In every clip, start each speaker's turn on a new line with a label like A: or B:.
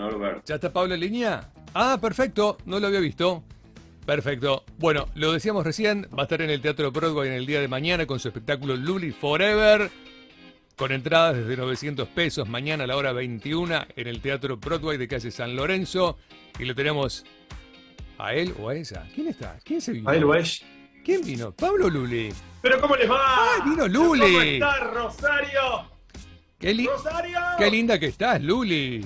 A: Norberto.
B: ¿Ya está Pablo en línea? Ah, perfecto, no lo había visto. Perfecto. Bueno, lo decíamos recién, va a estar en el Teatro Broadway en el día de mañana con su espectáculo Luli Forever, con entradas desde 900 pesos, mañana a la hora 21 en el Teatro Broadway de calle San Lorenzo. Y lo tenemos a él o a ella. ¿Quién está? ¿Quién se vino?
C: Ahí lo es.
B: ¿Quién vino? Pablo Luli.
C: Pero ¿cómo les va?
B: Ah, vino Luli.
C: ¿Cómo está Rosario?
B: Qué, li-
C: Rosario.
B: qué linda que estás, Luli.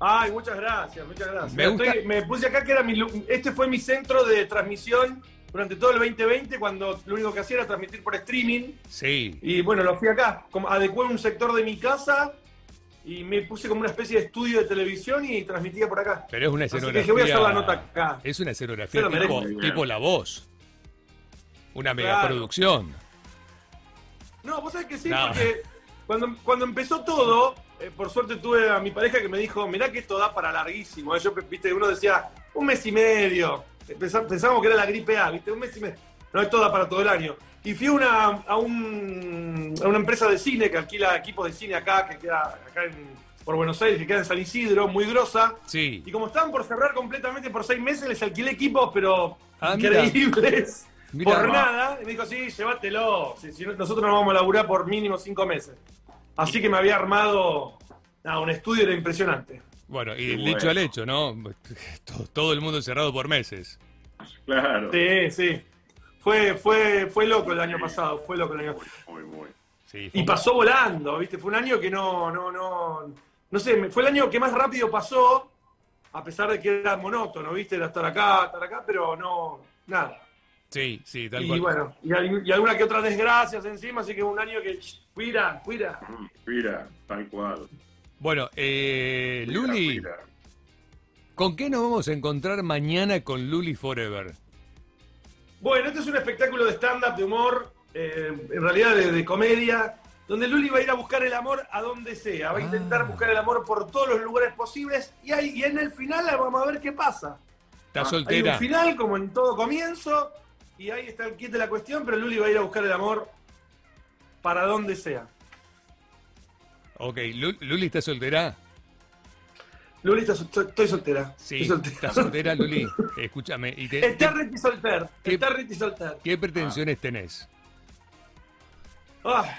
C: Ay, muchas gracias, muchas gracias.
B: Me gusta-
C: Estoy- me puse acá que era mi lu- este fue mi centro de transmisión durante todo el 2020 cuando lo único que hacía era transmitir por streaming
B: Sí.
C: y bueno, lo fui acá, como adecué un sector de mi casa y me puse como una especie de estudio de televisión y transmitía por acá.
B: Pero es una
C: Así que
B: escenografía.
C: dije, voy a hacer la nota acá.
B: Es una escenografía
C: Se lo
B: tipo,
A: merece.
B: tipo La Voz. Una
C: Claro.
B: megaproducción.
C: No, vos sabés que sí,
B: No.
C: porque cuando, cuando empezó todo, eh, por suerte tuve a mi pareja que me dijo, mirá que esto da para larguísimo. Yo, viste, uno decía, un mes y medio. Eh, Pensá- Pensábamos que era la gripe A, viste, un mes y medio. No, esto da para todo el año. Y fui a una, a, un- a una empresa de cine que alquila equipos de cine acá, que queda acá en- por Buenos Aires, que queda en San Isidro, muy grosa.
B: Sí.
C: Y como estaban por cerrar completamente por seis meses, les alquilé equipos, pero
B: Ah, mira.
C: increíbles.
B: Mira.
C: por nada. Y me dijo, sí, llévatelo. Si- si no- nosotros nos vamos a laburar por mínimo cinco meses. Así que me había armado nada, un estudio, era impresionante.
B: Bueno, y del
A: Bueno.
B: dicho al hecho, ¿no? Todo, todo el mundo encerrado por meses.
A: Claro.
C: Sí, sí. Fue, fue, fue loco el año pasado, fue loco el año
A: Muy, muy.
B: Sí, fue
C: Y
B: un-
C: pasó volando, ¿viste? Fue un año que no, no, no. No sé, me- fue el año que más rápido pasó, a pesar de que era monótono, ¿viste? Era estar acá, estar acá, pero no, nada.
B: Sí, sí, tal
C: Y
B: cual.
C: bueno, y, al- y alguna que otra desgracias encima, así que un año que. ch, Fuira, fuira.
A: Mm, Mira, tal cual.
B: Bueno, eh,
A: Mira,
B: Luli,
A: mira.
B: ¿con qué nos vamos a encontrar mañana con Luli Forever?
C: Bueno, este es un espectáculo de stand-up, de humor, eh, en realidad de, de comedia, donde Luli va a ir a buscar el amor a donde sea. Va a intentar
B: Ah.
C: buscar el amor por todos los lugares posibles y, ahí- y en el final vamos a ver qué pasa.
B: ¿Estás
A: Ah,
C: Hay un
B: soltera?
C: final, como en todo comienzo, y ahí está el kit de la cuestión, pero Luli va a ir a buscar el amor para donde sea.
B: Ok, Lu- ¿Luli está soltera?
C: Luli, está sol- estoy soltera.
B: Sí,
C: Estoy soltera.
B: ¿estás soltera, Luli? Escúchame, ¿y te-
C: Está
B: te-
C: Ricky Solter.
B: ¿Qué-
C: Está Ricky Solter.
B: qué pretensiones tenés?
C: Ah,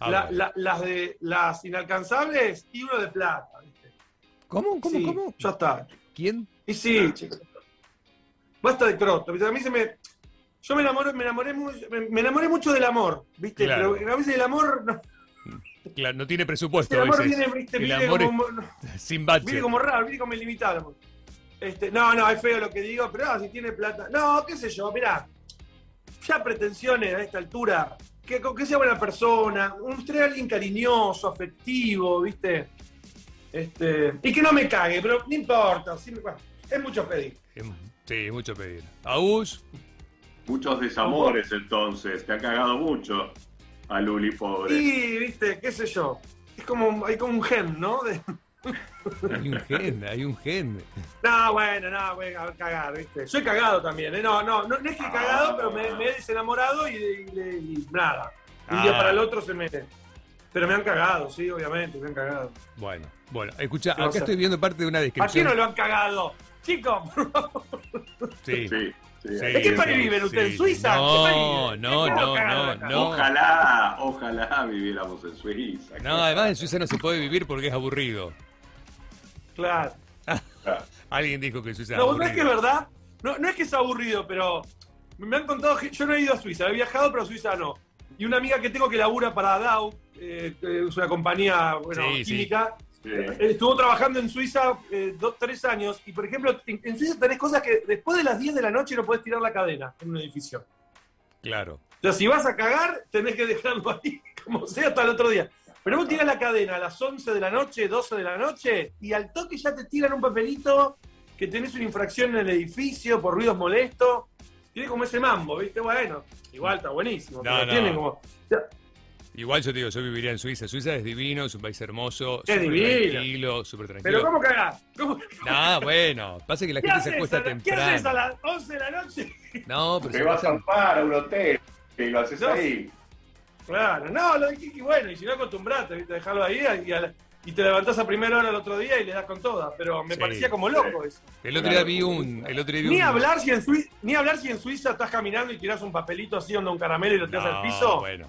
B: A
C: la-
B: ver.
C: la- las de las inalcanzables y uno de plata. ¿viste?
B: ¿Cómo, cómo,
C: Sí,
B: cómo?
C: Ya está.
B: ¿Quién?
C: Y sí, chicos. Basta de croto. ¿viste? A mí se me. Yo me enamoré, me enamoré, mu- me me enamoré mucho del amor, ¿viste?
B: Claro.
C: Pero a veces el amor, no-
B: Claro, no tiene presupuesto
C: el
B: a
C: Este amor
B: veces.
C: viene, ¿viste?
B: El
C: viene
B: amor
C: como, no-
B: es sin bache.
C: Viene como raro, viene como ilimitado. Este, no, no, es feo lo que digo, pero ah, si tiene plata. No, qué sé yo, mirá. Ya pretensiones a esta altura. Que, que sea buena persona, un ser alguien cariñoso, afectivo, ¿viste? Este, y que no me cague, pero no importa. sí, bueno, es mucho pedir.
B: Em, Sí, mucho pedir. Agus,
A: Muchos desamores entonces. Te ha cagado mucho a Luli, pobre.
C: Y, ¿viste? ¿Qué sé yo? Es como, hay como un gen, ¿no? De-
B: hay un gen, hay un gen.
C: No, bueno, no, voy a cagar, ¿viste? Yo he cagado también, ¿eh? No, no, no, no es que he
B: Ah.
C: cagado, pero me, me he desenamorado y, y- y nada. De un día
B: Ah.
C: para el otro se me... Pero me han cagado, sí, obviamente, me han cagado.
B: Bueno, bueno, escucha,
C: ¿Qué va a
B: acá
C: ser?
B: estoy viendo parte de una
C: ¿A quién
B: descripción.
C: no lo han cagado? Chicos,
B: Sí.
A: Sí, sí.
B: sí,
A: ahí
C: ¿en qué
B: sí,
C: país viven
B: sí.
C: ustedes? ¿En Suiza?
B: No,
C: ¿Qué país?
B: no,
C: ¿Qué están
B: no,
C: cagando
B: no,
C: acá?
B: no.
A: Ojalá, ojalá viviéramos en Suiza.
B: No, además en Suiza no se puede vivir porque es aburrido.
C: claro.
A: Claro.
B: Alguien dijo que Suiza es
C: No, vos sabés que es
B: aburrido.
C: verdad. No, no es que es aburrido, pero me han contado que yo no he ido a Suiza, he viajado, pero a Suiza no. Y una amiga que tengo que labura para Dow, eh, que es una compañía bueno,
B: Sí, sí.
C: química,
A: Sí.
C: eh, estuvo trabajando en Suiza eh, dos, tres años. Y por ejemplo, en, en Suiza tenés cosas que después de las 10 de la noche no podés tirar la cadena en un edificio.
B: Claro.
C: O sea, si vas a cagar, tenés que dejarlo ahí, como sea, hasta el otro día. Pero vos tirás la cadena a las 11 de la noche, 12 de la noche, y al toque ya te tiran un papelito que tenés una infracción en el edificio por ruidos molestos. Tiene como ese mambo, ¿viste? Bueno, igual está buenísimo.
B: No,
C: pero
B: no.
C: tiene como-
B: Igual yo te digo, yo viviría en Suiza. Suiza es divino, es un país hermoso,
C: Es
B: súper
C: divino.
B: tranquilo, súper tranquilo.
C: Pero ¿cómo cagás? ¿Cómo-
B: No, bueno, pasa que la
C: ¿Qué,
B: gente se
C: haces
B: acuesta
C: a la- ¿Qué haces a
B: temprano.
C: las 11 de la noche?
B: No, pero
A: Te
B: se
A: vas a
B: acuestan-
A: ampar a un hotel y lo haces
C: No.
A: ahí.
C: Claro, no, lo de Kiki, bueno, y si no acostumbraste, ¿viste? Dejarlo ahí y a, la- y te levantás a primera hora el otro día y le das con toda. Pero me
B: Sí.
C: parecía como loco eso.
B: El otro día vi un. El otro día vi
C: Ni
B: un-
C: hablar, si en Sui- ni hablar si en Suiza estás caminando y tirás un papelito así onda un caramelo y lo tirás
B: No,
C: al piso.
B: Bueno.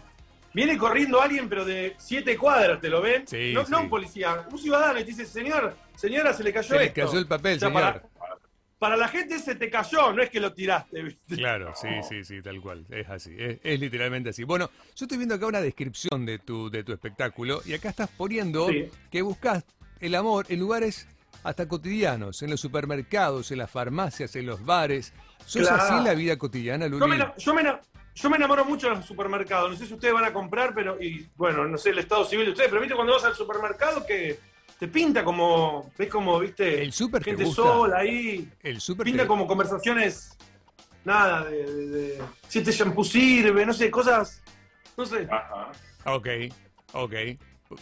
C: Viene corriendo alguien, pero de siete cuadras, ¿te lo ven?
B: Sí,
C: no, no
B: sí.
C: un policía, un ciudadano y te dice, señor, señora, se le cayó
B: Se le
C: esto.
B: cayó el papel,
C: O sea,
B: señor.
C: Para, para la gente se te cayó, no es que lo tiraste, ¿viste?
B: Claro, sí, sí, sí, tal cual. Es así, es, es literalmente así. Bueno, yo estoy viendo acá una descripción de tu, de tu espectáculo y acá estás poniendo
C: Sí.
B: que buscas el amor en lugares hasta cotidianos, en los supermercados, en las farmacias, en los bares. ¿Sos
C: Claro.
B: así en la vida cotidiana, Luli?
C: Yo me, ena- yo me ena- yo me enamoro mucho de los supermercados. No sé si ustedes van a comprar, pero. Y bueno, no sé el estado civil de ustedes, pero viste cuando vas al supermercado que te pinta como. ¿Ves como, viste?
B: ¿El súper te
C: Gente
B: gusta?
C: sola ahí.
B: El súper
C: Pinta
B: te-
C: como conversaciones. Nada, de, de- de- Si este shampoo sirve, no sé, cosas. No sé.
A: Ajá.
B: Ok, ok.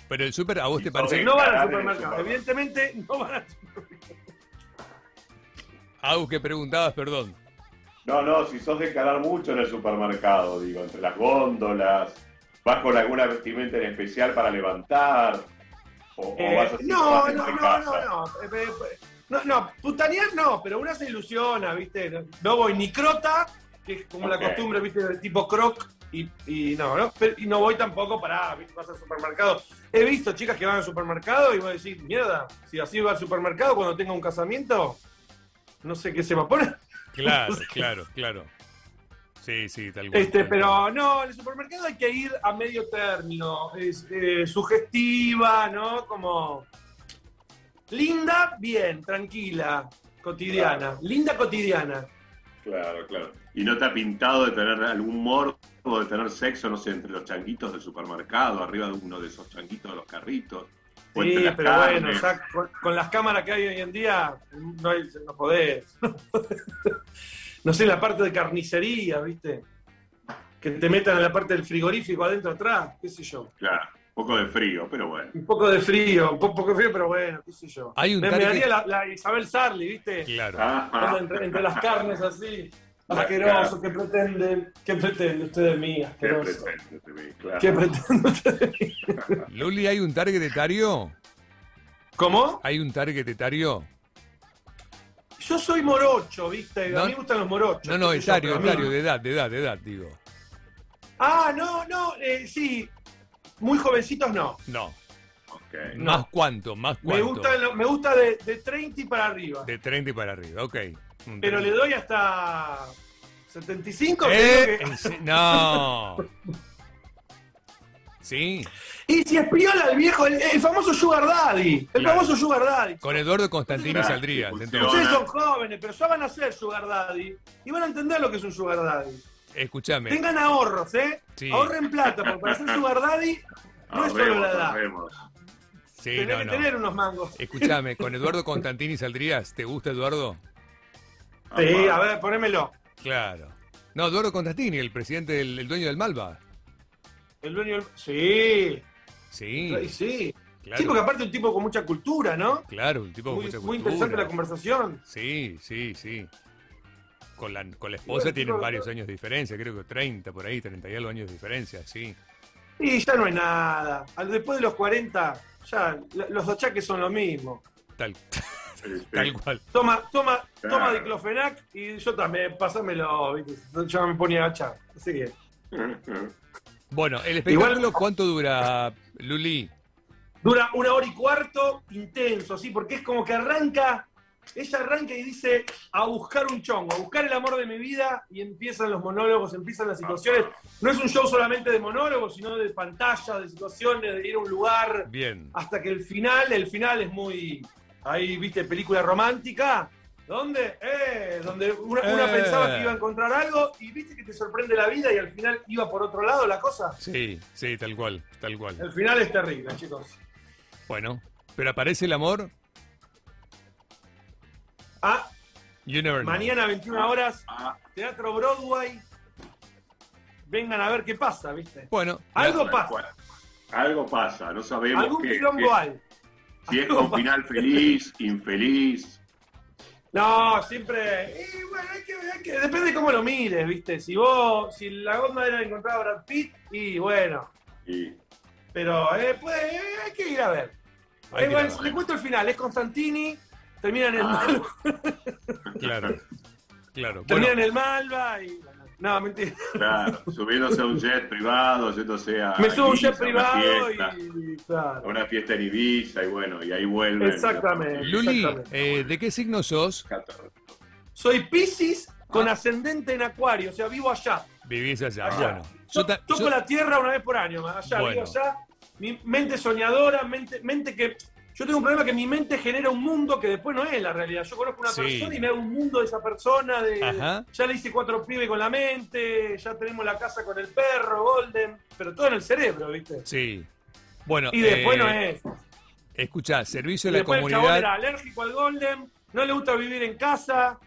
B: Pero el súper a vos
A: Y
B: te
A: sobre-
B: parece...
C: No van al
A: Encarar en
C: supermercado.
A: el supermercado.
C: Evidentemente, no van al
B: Agus, Ah, que preguntabas, perdón.
A: No, no, si sos de encarar mucho en el supermercado, digo, entre las góndolas, vas con alguna vestimenta en especial para levantar, o, o
C: Eh,
A: vas así,
C: no,
A: vas
C: no,
A: en
C: no,
A: casa.
C: no, no, Eh, eh, eh, no, no, putanear no, pero una se ilusiona, ¿viste? No, no voy ni crota, que es como
A: Ok.
C: la costumbre, ¿viste? Del tipo croc, y, y no, no, Pero- y no voy tampoco para, ¿viste? Vas al supermercado. He visto chicas que van al supermercado y voy a decir, mierda, si así va al supermercado cuando tenga un casamiento, no sé qué se me pone.
B: Claro, claro, claro. Sí, sí, tal cual.
C: Este,
B: tal cual.
C: pero no, en el supermercado hay que ir a medio término. Es, eh, sugestiva, ¿no? Como. Linda, bien, tranquila, cotidiana. Linda, cotidiana.
A: Claro, claro. ¿Y no te ha pintado de tener algún morbo, de tener sexo, no sé, entre los changuitos del supermercado, arriba de uno de esos changuitos de los carritos? o entre
C: Sí,
A: las
C: pero bueno,
A: carnes?
C: ya con, con las cámaras que hay hoy en día, no, hay- no podés. no sé, la parte de carnicería, ¿viste? Que te metan en la parte del frigorífico adentro atrás, qué sé yo.
A: Claro, un poco de frío, pero bueno.
C: Un poco de frío, un po- poco de frío, pero bueno, qué sé yo.
B: Hay un
C: me, me
B: target-
C: daría la, la Isabel Sarli, ¿viste?
B: Claro.
A: Ajá.
C: Todo entre, entre las carnes así.
A: Las
C: Asqueroso, ¿qué pretenden? ¿Qué pretenden ustedes de mí?
A: Qué
C: Asqueroso.
A: presente te vi, claro.
C: ¿Qué pretenden ustedes de mí?
B: Luli, ¿hay un target etario?
C: ¿Cómo?
B: ¿Hay un target etario?
C: Yo soy morocho, ¿viste? A
B: No.
C: mí me gustan los morochos.
B: No, no,
C: qué sé yo,
B: etario,
C: pero a mí-
B: etario, de edad, de edad, de edad, digo.
C: Ah, no, no, eh, sí. Muy jovencitos no.
B: No,
A: Ok.
C: No.
B: más cuánto, más
C: Me
B: cuánto.
C: gusta, me gusta de, de 30 y para arriba.
B: De 30 y para arriba, ok. Un
C: Pero le
B: 30.
C: doy hasta 75.
B: ¿Eh?
C: creo que-
B: En se- No. Sí,
C: Y si espiola al viejo, el, el famoso Sugar Daddy. El
B: Claro.
C: famoso Sugar Daddy.
B: con Eduardo Constantini
A: Claro,
B: saldría.
A: sí,
B: entonces.
A: funciona.
C: Ustedes son jóvenes, pero ya van a ser Sugar Daddy y van a entender lo que es un Sugar Daddy.
B: Escúchame,
C: Tengan ahorros, ¿eh?
B: Sí.
C: Ahorren plata, porque para ser Sugar Daddy no es solo
A: Ahorremos,
C: la edad.
A: ahorremos.
B: sí,
C: Tenés
B: no,
C: que
B: no.
C: tener unos mangos.
B: Escúchame, con Eduardo Constantini saldrías. ¿Te gusta Eduardo? Ah,
C: Sí,
A: Ajá.
C: a ver, ponémelo.
B: Claro. No, Eduardo Constantini, el presidente, del- el dueño del Malva.
C: El dueño del- Sí, sí.
B: Sí,
C: sí. Sí, porque
B: claro.
C: aparte es un tipo con mucha cultura, ¿no?
B: Claro, un tipo con
C: Muy,
B: mucha
C: muy
B: cultura.
C: interesante la conversación.
B: Sí, sí, sí. Con la, con
C: Bueno,
B: la esposa
C: yo
B: tienen
C: creo-
B: varios años de diferencia, creo que 30 por ahí, 30 y algo años de diferencia, sí.
C: Y ya no es nada. Al- Después de los 40, ya la- los achaques son lo mismo.
B: Tal,
A: Sí, sí.
B: tal cual.
C: Toma, toma,
A: Claro.
C: toma diclofenac y yo también, pasámelo, ¿viste? Yo me ponía a agachar. Así que.
B: Bueno, el
C: Igual-
B: espectáculo, ¿cuánto dura, Luli?
C: Dura una hora y cuarto, intenso, así, porque es como que arranca, ella arranca y dice, a buscar un chongo, a buscar el amor de mi vida, y empiezan los monólogos, empiezan las situaciones. No es un show solamente de monólogos, sino de pantalla, de situaciones, de ir a un lugar,
B: Bien.
C: hasta que el final, el final es muy, ahí viste, película romántica, donde, eh, donde una, una
B: Eh.
C: pensaba que iba a encontrar algo, y viste que te sorprende la vida, y al final iba por otro lado la cosa.
B: Sí, sí, tal cual, tal cual.
C: El final es terrible, chicos.
B: Bueno, pero aparece el amor,
C: Ah,
B: you never know.
C: Mañana 21 horas,
A: Ah,
C: Teatro Broadway. Vengan a ver qué pasa, ¿viste?
B: Bueno,
C: Algo
A: tal
C: pasa,
A: cual. Algo pasa, no sabemos
C: algún
A: qué-
C: quilombo
A: qué-
C: hay.
A: si es
C: Algo
A: con
C: pasa.
A: final feliz, infeliz.
C: No, siempre. y bueno, hay que, hay que- depende de cómo lo mires, ¿viste? Si vos, si la onda era encontrar a Brad Pitt, y bueno.
A: Y
C: Pero eh, pues, eh, hay que ir a ver.
B: Hay
C: Eh,
B: que
C: bueno,
B: tirarla.
C: le cuento el final, es Constantini, termina en el,
A: Ah.
C: Malva,
B: Claro.
C: termina
B: Claro. Bueno,
C: en el Malva y... No, mentira.
A: Claro, subiéndose a un jet privado, yéndose a.
C: Me subo a un
A: Ibiza,
C: jet privado
A: Ah, una fiesta,
C: y...
A: a
C: Claro.
A: una fiesta en Ibiza y bueno, y ahí vuelven.
C: Exactamente.
B: Luli,
C: Exactamente.
B: eh, ¿de qué signo sos?
C: Soy Piscis con
B: Ah.
C: ascendente en Acuario, o sea, vivo allá.
B: Vivís allá.
C: allá.
B: Bueno,
C: Ah. Yo,
B: yo ta-
C: toco
B: yo-
C: la tierra una vez por año, allá,
B: Bueno.
C: vivo allá. Mi mente soñadora, mente, mente que. Yo tengo un problema que mi mente genera un mundo que después no es la realidad. Yo conozco una
B: Sí.
C: persona y me hago un mundo de esa persona. De,
B: Ajá.
C: Ya le hice cuatro pibes con la mente, ya tenemos la casa con el perro, Golden, pero todo en el cerebro, ¿viste?
B: Sí. Bueno,
C: Y después
B: eh,
C: no es.
B: Escuchá,
C: Y
B: servicio a la
C: después el chabón
B: comunidad.
C: era alérgico al Golden, no le gusta vivir en casa,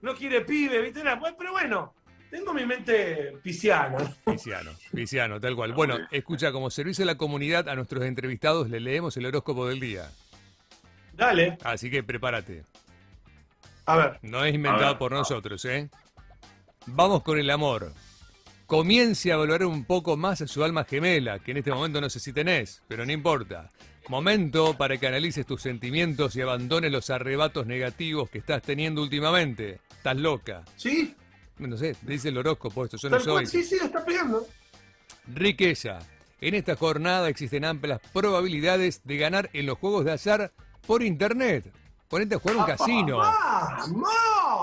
C: no quiere pibe, ¿viste? Era, bueno, pero bueno, tengo mi mente pisciana.
B: Viciano, viciano, tal cual. Bueno, escucha, como servicio a la comunidad, a nuestros entrevistados le leemos el horóscopo del día.
C: Dale,
B: Así que prepárate.
C: a ver.
B: No es inventado
A: A ver.
B: por nosotros, ¿eh? Vamos con el amor. Comience a valorar un poco más a su alma gemela, que en este momento no sé si tenés, pero no importa. Momento para que analices tus sentimientos y abandones los arrebatos negativos que estás teniendo últimamente. Estás loca.
C: ¿Sí?
B: No sé, dice el horóscopo esto, yo no
C: Tal cual,
B: soy.
C: sí, sí, lo está pegando.
B: Riqueza. En esta jornada existen amplias probabilidades de ganar en los juegos de azar por internet. Ponete a jugar a un casino.
C: ¡Vamos!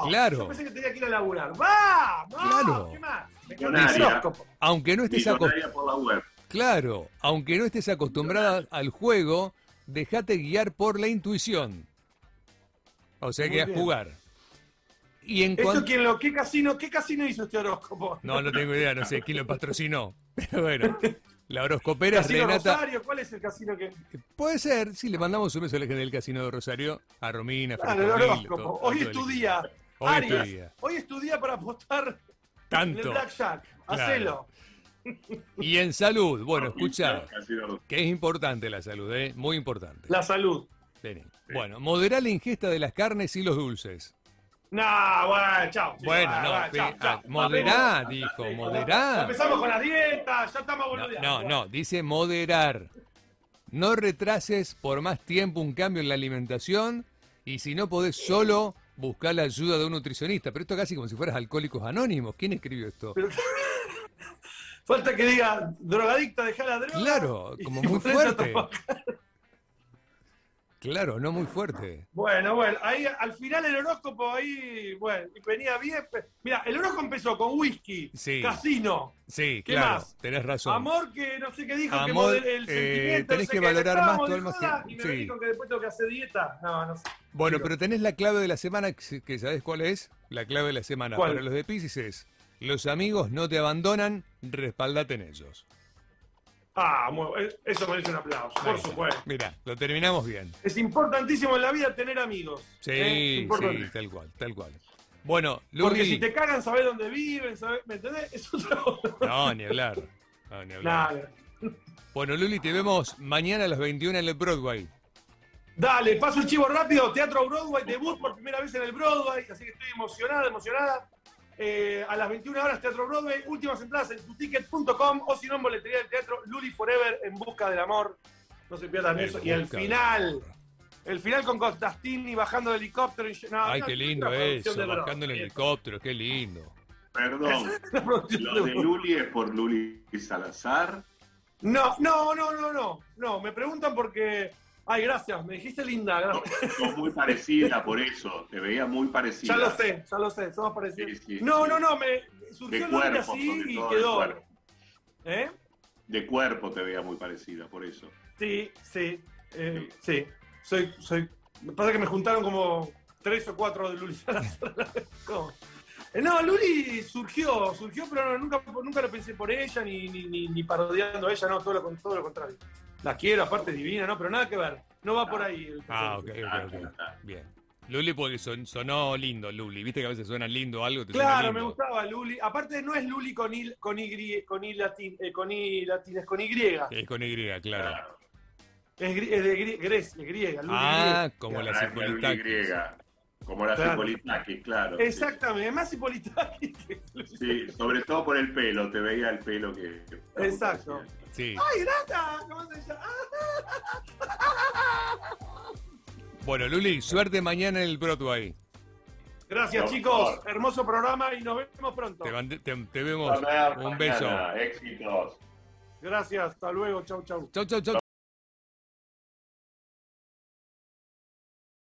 B: Claro.
C: Yo pensé que tenía que ir a laburar. ¡Vamos!
B: Claro. ¿eh?
C: ¿Qué más? Me
A: Con
C: cambié el
A: área.
C: horóscopo.
B: Aunque no estés acostumbrado.
A: Millonaria por la web.
B: Claro, aunque no estés acostumbrada al juego, déjate guiar por la intuición. O sea
C: Muy
B: que a
C: bien.
B: jugar. Y en
C: ¿Esto
B: cuanto.
C: quién lo, qué casino, qué casino hizo este horóscopo?
B: No, no tengo idea, no sé quién lo patrocinó. Pero bueno, la horoscopera es
C: ¿Casino
B: Renata.
C: Rosario? ¿Cuál es el casino que.?
B: Puede ser, sí, le mandamos un beso a la gente del Casino de Rosario, a Romina, a
C: Claro, el horóscopo. Hoy es tu día.
B: Hoy es tu
C: Aries,
B: día.
C: hoy es tu día para apostar en el
B: Tanto.
C: Blackjack.
B: Claro.
C: Hacelo.
B: Y en salud, bueno, escucha,
A: Casi no lo-
B: que es importante la salud, ¿eh? Muy importante.
C: La salud.
B: Vení. Bueno, moderar la ingesta de las carnes y los dulces.
C: No, bueno, chao. Sí,
B: Bueno,
C: va,
B: no,
C: va,
B: pe-
C: chao, chao.
B: ah, moderá,
A: Va,
B: dijo,
A: va,
B: moderá.
C: Empezamos con la dieta, ya estamos
B: No,
C: boludeando.
B: no, no, dice moderar. No retrases por más tiempo un cambio en la alimentación y si no podés solo buscar la ayuda de un nutricionista. Pero esto casi como si fueras alcohólicos anónimos. ¿Quién escribió esto?
C: Pero- Falta que diga, drogadicta, dejá la droga.
B: Claro,
C: y
B: como muy
C: ponete a
B: fuerte.
C: trabajar.
B: Claro, no muy fuerte.
C: Bueno, bueno, ahí al final el horóscopo ahí, bueno, venía bien. Mira, el horóscopo empezó con whisky,
B: Sí.
C: casino,
B: Sí,
C: ¿Qué
B: claro,
C: más?
B: tenés razón.
C: amor que no sé qué dijo, que
B: Amor,
C: model- el
B: eh,
C: sentimiento,
B: tenés
C: no sé
B: que
C: qué,
B: valorar
C: estábamos
B: más tu
C: de
B: alma
C: joda,
B: que-
C: Y me
B: sí.
C: dijo que después tengo que hacer dieta. No, no sé.
B: Bueno,
C: Digo,
B: pero tenés la clave de la semana, que- que sabés cuál es. La clave de la semana
C: ¿Cuál?
B: para los de Pisces es, los amigos no te abandonan, respaldate en ellos.
C: Ah, muy- eh, eso merece un aplauso, por supuesto.
B: Mira, lo terminamos bien.
C: Es importantísimo en la vida tener amigos.
B: Sí,
C: ¿eh? Es importante.
B: sí, tal cual, tal cual. Bueno,
C: Porque
B: Luli...
C: si te cagan, sabés dónde viven, sabés, ¿me entendés? Es otro.
B: No, ni hablar. No, ni hablar.
C: Nada.
B: Bueno, Luli, te vemos mañana a las 21 en el Broadway.
C: Dale, paso el chivo rápido. Teatro Broadway, debut por primera vez en el Broadway, así que estoy emocionada, emocionada. Eh, a las 21 horas, Teatro Broadway, últimas entradas en tuticket.com o si no en boletería del teatro Luli Forever en busca del amor. No se pierdan
B: En
C: eso. Y el
B: busca del
C: final,
B: amor.
C: el final con Constantini bajando de helicóptero. y- no,
B: Ah, Ay,
C: no,
B: qué
C: es
B: lindo
C: una producción
B: eso,
C: de Broadway.
B: bajando en helicóptero, qué lindo.
A: Perdón,
C: Una producción de
A: lo de
C: Broadway.
A: Luli es por Luli Salazar.
C: No, no, no, no, no, no. Me preguntan porque. Ay, gracias, me dijiste linda.
A: No,
C: gracias.
A: sos muy parecida, por eso. Te veía muy parecida.
C: ya lo sé, ya lo sé, somos parecidos.
A: Sí, sí,
C: no,
A: sí.
C: no, no, me surgió
A: De
C: el nombre
A: cuerpo,
C: así
A: sobre
C: y
A: todo, De
C: quedó.
A: cuerpo.
C: ¿Eh?
A: De cuerpo te veía muy parecida, por eso.
C: Sí, sí, eh, sí. Soy, soy. Me pasa que me juntaron como tres o cuatro de Luli Salazar. ¿Cómo? Eh, No, Luli surgió, surgió, pero no, nunca, nunca lo pensé por ella, ni, ni, ni, ni parodiando a ella, no, todo lo, con- todo lo contrario. La quiero, aparte es divina, no, pero nada que ver. No va por ahí. el
B: Ah, ok,
A: Ah,
B: ok, ok.
A: ah,
B: Bien. Luli porque son- sonó lindo, Luli. Viste que a veces suena lindo algo, te
C: Claro,
B: suena
C: me
B: lindo.
C: gustaba Luli. Aparte no es Luli con i, con y, con i latín, eh, con i latín, es con y. Es,
B: Es con Y, claro.
A: claro.
C: gri- es de gri- Grecia, griega, Luli
B: Ah,
C: griega.
B: como la
A: Ah, es la Luli
B: Circulitaki.
A: griega. Como la
C: Claro.
A: Circulitaki, claro. sí.
C: Exactamente, más Hipolitaki que Luli.
A: Sí, sobre todo por el pelo, te veía el pelo que.
C: Exacto.
B: Sí.
C: ¡Ay, grata! ¿Cómo se llama? Ah,
B: Bueno, Luli, suerte mañana en el Broadway.
C: Gracias,
A: Por
C: chicos.
A: favor.
C: Hermoso programa y nos vemos pronto.
B: Te, mand- te- te vemos.
A: Nos vemos
B: Un beso.
A: mañana. Éxitos.
C: Gracias, hasta luego. Chau, chau.
B: Chau, chau, chau,